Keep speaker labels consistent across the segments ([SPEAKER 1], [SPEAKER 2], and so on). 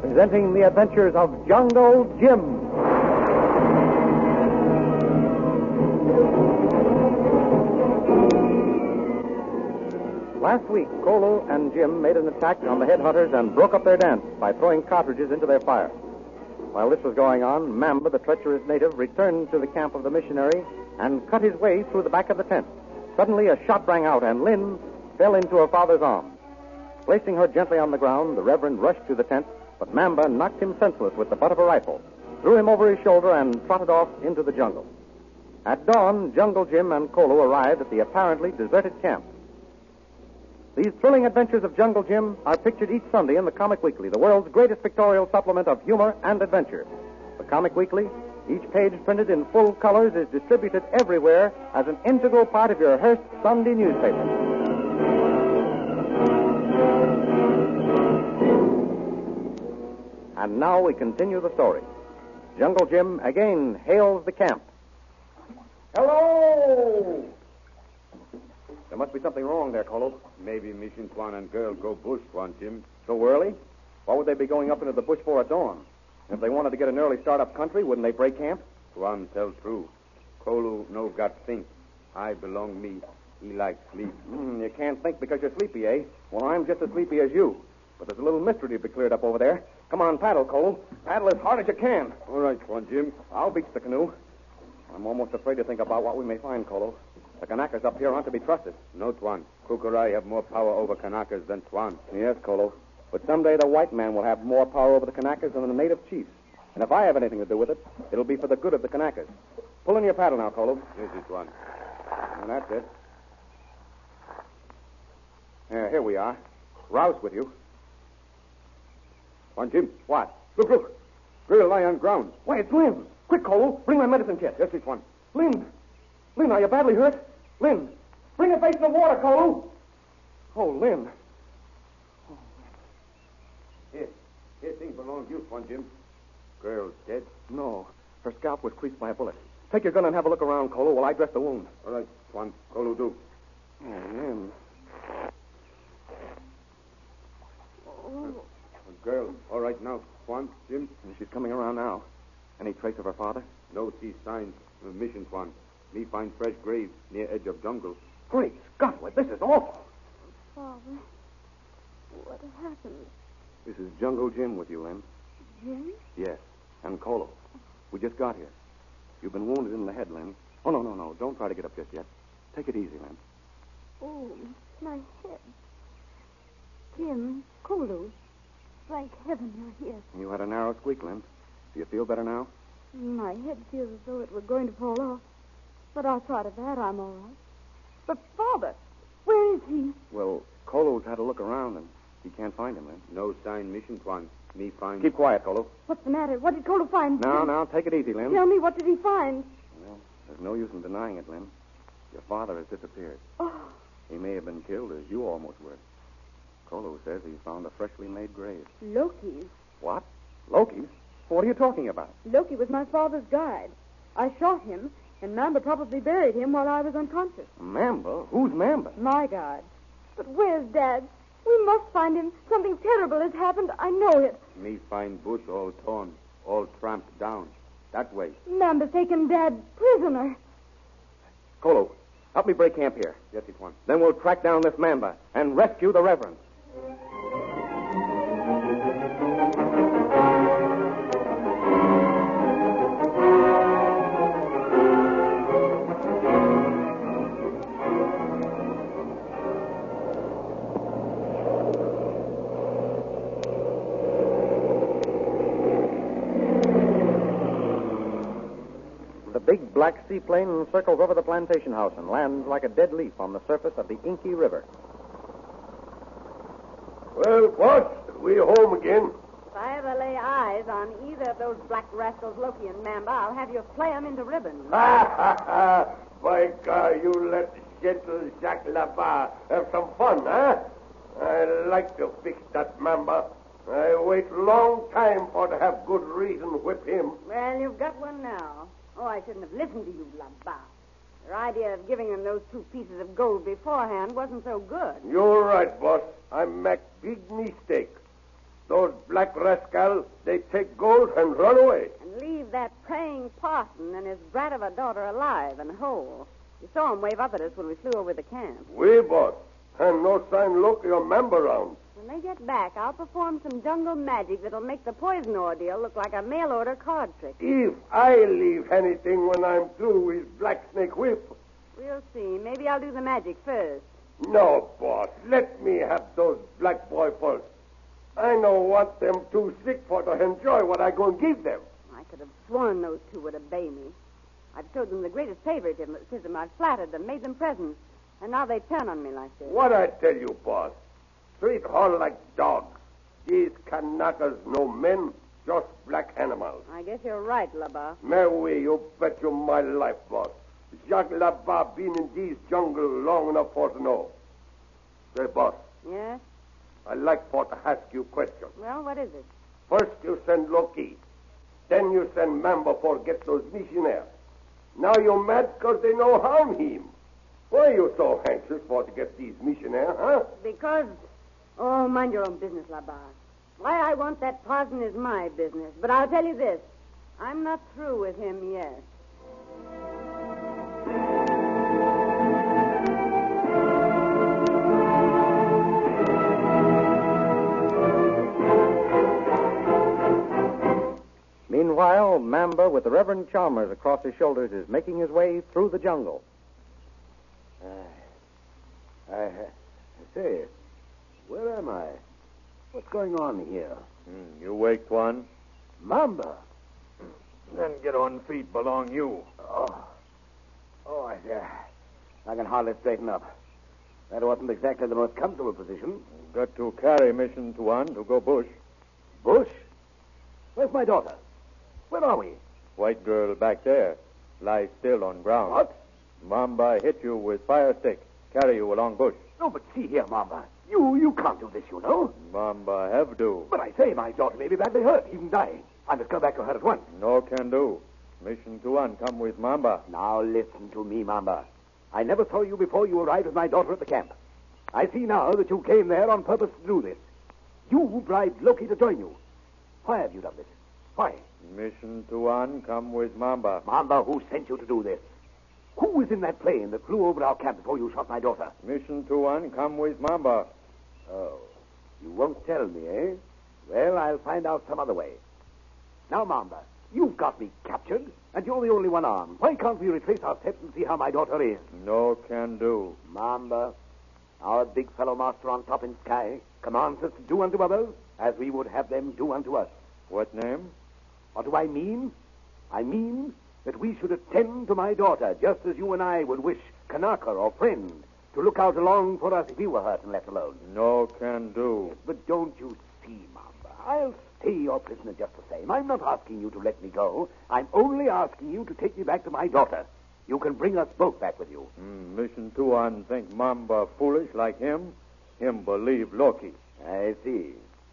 [SPEAKER 1] presenting the adventures of Jungle Jim. Last week, Kolo and Jim made an attack on the headhunters and broke up their dance by throwing cartridges into their fire. While this was going on, Mamba, the treacherous native, returned to the camp of the missionary and cut his way through the back of the tent. Suddenly, a shot rang out, and Lynn fell into her father's arms. Placing her gently on the ground, the Reverend rushed to the tent, but Mamba knocked him senseless with the butt of a rifle, threw him over his shoulder, and trotted off into the jungle. At dawn, Jungle Jim and Kolo arrived at the apparently deserted camp. These thrilling adventures of Jungle Jim are pictured each Sunday in the Comic Weekly, the world's greatest pictorial supplement of humor and adventure. The Comic Weekly, each page printed in full colors, is distributed everywhere as an integral part of your Hearst Sunday newspaper. And now we continue the story. Jungle Jim again hails the camp. Hello! There must be something wrong there, Colo.
[SPEAKER 2] Maybe Mission Swan and girl go bush, want Jim.
[SPEAKER 1] So early? Why would they be going up into the bush for at dawn? If they wanted to get an early start up country, wouldn't they break camp?
[SPEAKER 2] Swan tell true. Kolu no got think. I belong me. He like sleep.
[SPEAKER 1] Mm, you can't think because you're sleepy, eh? Well, I'm just as sleepy as you. But there's a little mystery to be cleared up over there. Come on, paddle, Colo. Paddle as hard as you can.
[SPEAKER 2] All right, Swan Jim.
[SPEAKER 1] I'll beach the canoe. I'm almost afraid to think about what we may find, Colo. The Kanakas up here aren't to be trusted.
[SPEAKER 2] No, Twan. Kukurai have more power over Kanakas than Twan.
[SPEAKER 1] Yes, Colo. But someday the white man will have more power over the Kanakas than the native chiefs. And if I have anything to do with it, it'll be for the good of the Kanakas. Pull in your paddle now, Colo.
[SPEAKER 2] This is one.
[SPEAKER 1] And that's it. Yeah, here we are. Rouse with you.
[SPEAKER 2] Swan Jim.
[SPEAKER 1] What?
[SPEAKER 2] Look, look. Girl lie on ground.
[SPEAKER 1] Why, it's Lynn. Quick, Colo. Bring my medicine kit.
[SPEAKER 2] Yes, it's one.
[SPEAKER 1] Lynn. Lynn, are you badly hurt? Lynn. Bring a basin of water, Colo. Oh, Lynn.
[SPEAKER 2] Here. Here thing belong you, Swan Jim. Girl's dead.
[SPEAKER 1] No. Her scalp was creased by a bullet. Take your gun and have a look around, Colo, while I dress the wound.
[SPEAKER 2] All right, Swan. Kolu do.
[SPEAKER 1] Oh, Lynn.
[SPEAKER 2] Girl. All right now, Swan Jim.
[SPEAKER 1] She's coming around now. Any trace of her father?
[SPEAKER 2] No see signs of Mission Swan. Me find fresh grave near edge of jungle.
[SPEAKER 1] Great Scott, well, this is awful.
[SPEAKER 3] Father, what happened?
[SPEAKER 1] This is Jungle Jim with you, Lynn.
[SPEAKER 3] Jim?
[SPEAKER 1] Yes. And Colo. We just got here. You've been wounded in the head, Lynn. Oh, no, no, no. Don't try to get up just yet. Take it easy, Lynn.
[SPEAKER 3] Oh, my head. Jim, Kulu, thank heaven you're here.
[SPEAKER 1] You had a narrow squeak, Lynn. Do you feel better now?
[SPEAKER 3] My head feels as though it were going to fall off. But outside of that, I'm all right. But Father, where is he?
[SPEAKER 1] Well, Colo's had a look around, and he can't find him, Lynn.
[SPEAKER 2] No sign Mission Swan. Me find.
[SPEAKER 1] Keep quiet, Colo.
[SPEAKER 3] What's the matter? What did Kolo find?
[SPEAKER 1] Now, now, take it easy, Lynn.
[SPEAKER 3] Tell me, what did he find?
[SPEAKER 1] Well, there's no use in denying it, Lynn. Your father has disappeared.
[SPEAKER 3] Oh,
[SPEAKER 1] He may have been killed, as you almost were. Colo says he found a freshly made grave.
[SPEAKER 3] Loki's.
[SPEAKER 1] What? Loki's? What are you talking about?
[SPEAKER 3] Loki was my father's guide. I shot him, and Mamba probably buried him while I was unconscious.
[SPEAKER 1] Mamba? Who's Mamba?
[SPEAKER 3] My God. But where's Dad? We must find him. Something terrible has happened. I know it.
[SPEAKER 2] Me find bush all torn, all tramped down. That way.
[SPEAKER 3] Mamba's taken Dad prisoner.
[SPEAKER 1] Colo, help me break camp here.
[SPEAKER 2] Yes, it's one.
[SPEAKER 1] Then we'll track down this Mamba and rescue the Reverend. The big
[SPEAKER 4] big black seaplane circles over the plantation house and lands like a dead leaf on the surface of the inky river.
[SPEAKER 1] Well, what? We home again.
[SPEAKER 3] If I ever lay eyes on either of those black rascals, Loki and Mamba, I'll have you flay 'em into ribbons.
[SPEAKER 1] Ha ha ha! By God, you let gentle Jacques Labar have some fun, huh? I like to fix that mamba. I wait long time for to have good reason whip him.
[SPEAKER 3] Well, you've got one now. Oh, I shouldn't have listened to you, Labat. Your idea of giving them those two pieces of gold beforehand wasn't so good.
[SPEAKER 1] You're right, boss. I make big mistake. Those black rascals, they take gold and run away.
[SPEAKER 3] And leave that praying parson and his brat of a daughter alive and whole. You saw 'em wave up at us when we flew over the camp.
[SPEAKER 1] We, boss. And no sign look your member round.
[SPEAKER 3] When they get back, I'll perform some jungle magic that'll make the poison ordeal look like a mail order card trick.
[SPEAKER 1] If I leave anything when I'm through with Black Snake Whip,
[SPEAKER 3] We'll see. Maybe I'll do the magic first.
[SPEAKER 1] No, boss. Let me have those black boy first. I know what them too sick for to enjoy what I gonna give them.
[SPEAKER 3] I could have sworn those two would obey me. I've showed them the greatest favoritism. I've flattered them, made them presents, and now they turn on me like this.
[SPEAKER 1] What I tell you, boss? Treat all like dogs. These Kanakas no men, just black animals.
[SPEAKER 3] I guess you're right, Laba.
[SPEAKER 1] Mary, you bet you my life, boss. Jacques Labat been in these jungle long enough for to know. Say, boss,
[SPEAKER 3] Yes?
[SPEAKER 1] I like for to ask you question.
[SPEAKER 3] Well, what is it?
[SPEAKER 1] First you send Loki. Then you send Mamba for get those missionaires. Now you're mad 'cause they no harm him. Why you so anxious for to get these missionaires, huh?
[SPEAKER 3] Because. Oh, mind your own business, Laba. Why I want that parson is my business. But I'll tell you this I'm not through with him yet.
[SPEAKER 4] Meanwhile, Mamba, with the Reverend Chalmers across his shoulders, is making his way through the jungle.
[SPEAKER 2] I uh, say, where am I? What's going on here?
[SPEAKER 5] Hmm, you waked one?
[SPEAKER 2] Mamba.
[SPEAKER 5] Then get on feet, belong you.
[SPEAKER 2] Oh, oh, I, uh, I can hardly straighten up. That wasn't exactly the most comfortable position.
[SPEAKER 5] Got to carry mission to one to go bush.
[SPEAKER 2] Bush? Where's my daughter? Where are we?
[SPEAKER 5] White girl back there. Lie still on ground.
[SPEAKER 2] What?
[SPEAKER 5] Mamba hit you with fire stick. Carry you along bush.
[SPEAKER 2] No, but see here, Mamba. You you can't do this, you know.
[SPEAKER 5] Mamba have do.
[SPEAKER 2] But I say, my daughter may be badly hurt, even dying. I must go back to her at once.
[SPEAKER 5] No can do. Mission to one come with Mamba.
[SPEAKER 2] Now listen to me, Mamba. I never saw you before you arrived with my daughter at the camp. I see now that you came there on purpose to do this. You bribed Loki to join you. Why have you done this? Why?
[SPEAKER 5] Mission to one come with Mamba.
[SPEAKER 2] Mamba, who sent you to do this? Who was in that plane that flew over our camp before you shot my daughter?
[SPEAKER 5] Mission to one come with Mamba.
[SPEAKER 2] Oh, you won't tell me, eh? Well, I'll find out some other way. Now, Mamba, you've got me captured, and you're the only one armed. Why can't we retrace our steps and see how my daughter is?
[SPEAKER 5] No can do.
[SPEAKER 2] Mamba, our big fellow master on top in sky, commands us to do unto others as we would have them do unto us.
[SPEAKER 5] What name?
[SPEAKER 2] What do I mean? I mean that we should attend to my daughter just as you and I would wish Kanaka or friend to look out along for us if we were hurt and left alone.
[SPEAKER 5] No can do.
[SPEAKER 2] But don't you see, Mamba? I'll stay your prisoner just the same. I'm not asking you to let me go. I'm only asking you to take me back to my daughter. You can bring us both back with you.
[SPEAKER 5] Mm, mission to one think Mamba foolish like him. Him believe Loki.
[SPEAKER 2] I see.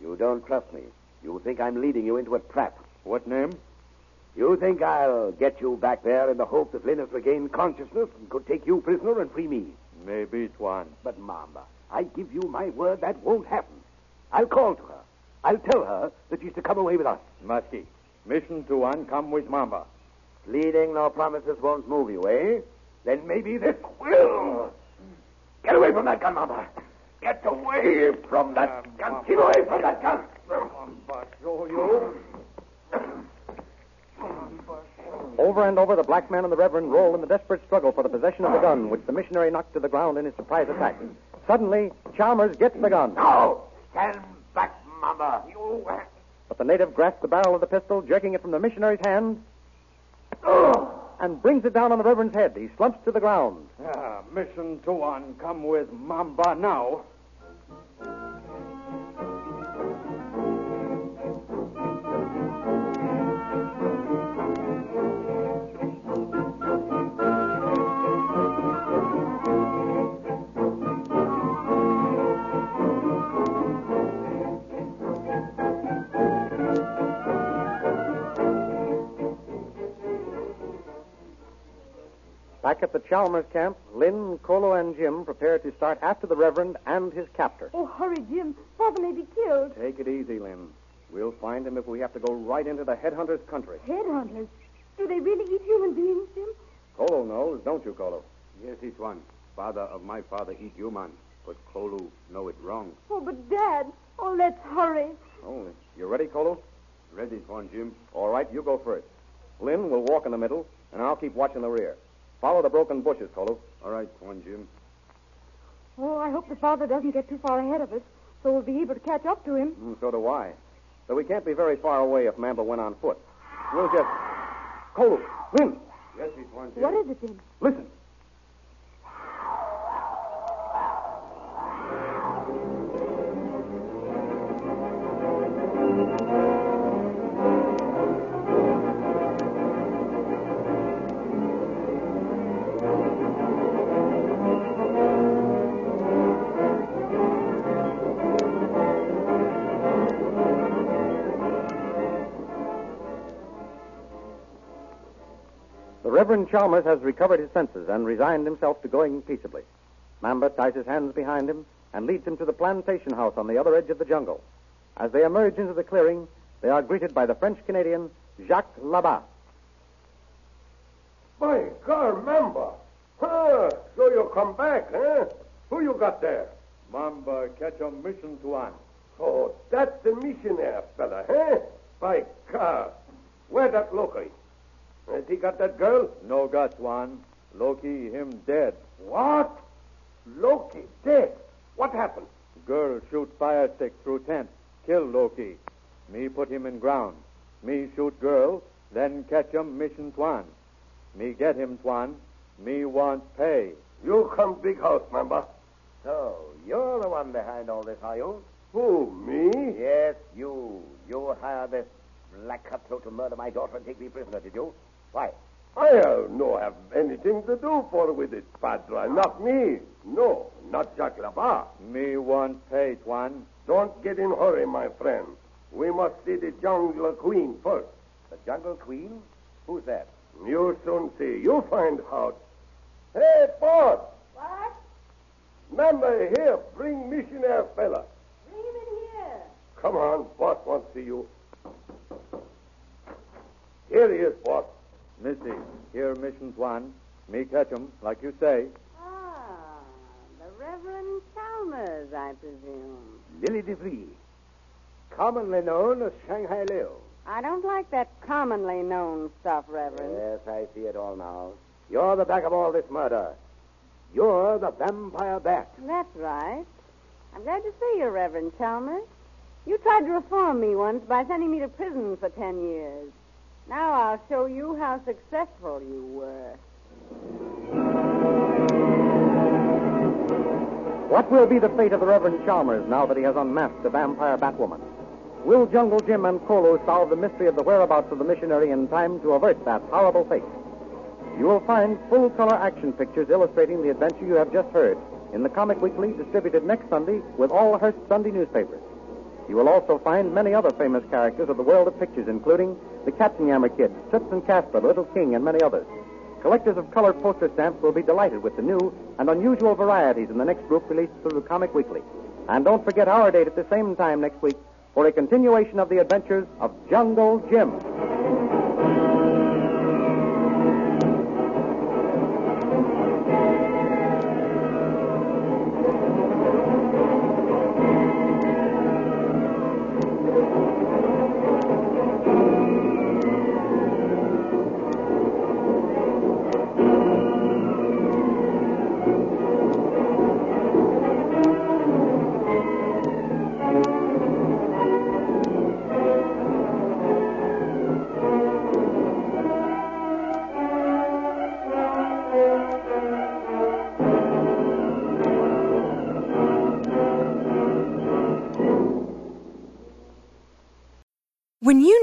[SPEAKER 2] You don't trust me. You think I'm leading you into a trap.
[SPEAKER 5] What name?
[SPEAKER 2] You think I'll get you back there in the hope that Linus regained consciousness and could take you prisoner and free me.
[SPEAKER 5] Maybe Tuan.
[SPEAKER 2] But, Mamba, I give you my word that won't happen. I'll call to her. I'll tell her that she's to come away with us.
[SPEAKER 5] Maski. Mission to one come with Mamba.
[SPEAKER 2] Pleading no promises won't move you, eh? Then maybe this will. Get away from that gun, Mamba. Get away from that gun. Get away from that gun.
[SPEAKER 4] Over and over, the black man and the Reverend rolled in the desperate struggle for the possession of the gun, which the missionary knocked to the ground in his surprise attack. Suddenly, Chalmers gets the gun,
[SPEAKER 2] No! Stand back, Mamba. You. uh,
[SPEAKER 4] but the native grasped the barrel of the pistol, jerking it from the missionary's hand.
[SPEAKER 2] Oh.
[SPEAKER 1] and brings it down on the Reverend's head. He slumps to the ground.
[SPEAKER 6] Ah, mission two on. Come with Mamba now.
[SPEAKER 1] Back at the Chalmers camp, Lynn, Colo, and Jim prepare to start after the Reverend and his captor.
[SPEAKER 3] Oh, hurry, Jim. Papa may be killed.
[SPEAKER 1] Take it easy, Lynn. We'll find him if we have to go right into the headhunter's country.
[SPEAKER 3] Headhunters. Do they really eat human beings, Jim?
[SPEAKER 1] Colo knows, don't you, Colo?
[SPEAKER 6] Yes, it's one. Father of my father eat human, but Kolu know it wrong.
[SPEAKER 3] Oh, but Dad. Oh, let's hurry.
[SPEAKER 1] Oh, you ready, Colo?
[SPEAKER 6] Ready for Jim?
[SPEAKER 1] All right, you go first. Lynn will walk in the middle, and I'll keep watching the rear. Follow the broken bushes, Colo.
[SPEAKER 6] All right, one Jim.
[SPEAKER 3] Oh, I hope the father doesn't get too far ahead of us, so we'll be able to catch up to him.
[SPEAKER 1] Mm, so do I. Though we can't be very far away if Mamba went on foot. We'll just. Colo, Lynn,
[SPEAKER 6] Yes, it's one
[SPEAKER 3] What is it, Jim?
[SPEAKER 1] listen. The Reverend Chalmers has recovered his senses and resigned himself to going peaceably. Mamba ties his hands behind him and leads him to the plantation house on the other edge of the jungle. As they emerge into the clearing, they are greeted by the French Canadian Jacques Labat.
[SPEAKER 7] My God, member. Huh, so you come back, huh? Who you got there?
[SPEAKER 6] Mamba catch a mission to one.
[SPEAKER 7] Oh, that's the missionary fella, huh? By God. Where that Loki? Has he got that girl?
[SPEAKER 6] No got one. Loki him dead.
[SPEAKER 7] What? Loki dead. What happened?
[SPEAKER 6] Girl shoot fire stick through tent. Kill Loki. Me put him in ground. Me shoot girl, then catch him mission Twan. Me get him Twan. Me want pay.
[SPEAKER 7] You come big house, member.
[SPEAKER 2] So, you're the one behind all this, are you?
[SPEAKER 7] Who, me?
[SPEAKER 2] Yes, you. You hired this black cutthroat to murder my daughter and take me prisoner, did you? Why?
[SPEAKER 7] I have no have anything to do for with it, Padre. Not me. No, not Jacques Labat.
[SPEAKER 6] Me want pay Twan.
[SPEAKER 7] Don't get in hurry, my friend. We must see the jungle queen first.
[SPEAKER 2] The jungle queen? Who's that?
[SPEAKER 7] You soon see. You find out. Hey, boss.
[SPEAKER 3] What?
[SPEAKER 7] Member here, bring missionary fella.
[SPEAKER 3] Bring him in here.
[SPEAKER 7] Come on, boss wants to see you. Here he is, boss.
[SPEAKER 6] Missy, here mission Twan. Me catch him, like you say.
[SPEAKER 3] Ah, the Reverend Chalmers, I presume.
[SPEAKER 2] Lily DeVries, commonly known as Shanghai Lil.
[SPEAKER 3] I don't like that commonly known stuff, Reverend.
[SPEAKER 2] Yes, I see it all now. You're the back of all this murder. You're the vampire bat.
[SPEAKER 3] That's right. I'm glad to see you, Reverend Chalmers. You tried to reform me once by sending me to prison for ten years. Now I'll show you how successful you were.
[SPEAKER 1] What will be the fate of the Reverend Chalmers now that he has unmasked the vampire Batwoman? Will Jungle Jim and Kolo solve the mystery of the whereabouts of the missionary in time to avert that horrible fate? You will find full color action pictures illustrating the adventure you have just heard in the Comic Weekly distributed next Sunday with all Hearst Sunday newspapers. You will also find many other famous characters of the world of pictures, including the Captain Yammer Kid, Toots and Casper, the Little King, and many others. Collectors of colored poster stamps will be delighted with the new and unusual varieties in the next group released through Comic Weekly. And don't forget our date at the same time next week for a continuation of the adventures of Jungle Jim.
[SPEAKER 8] When you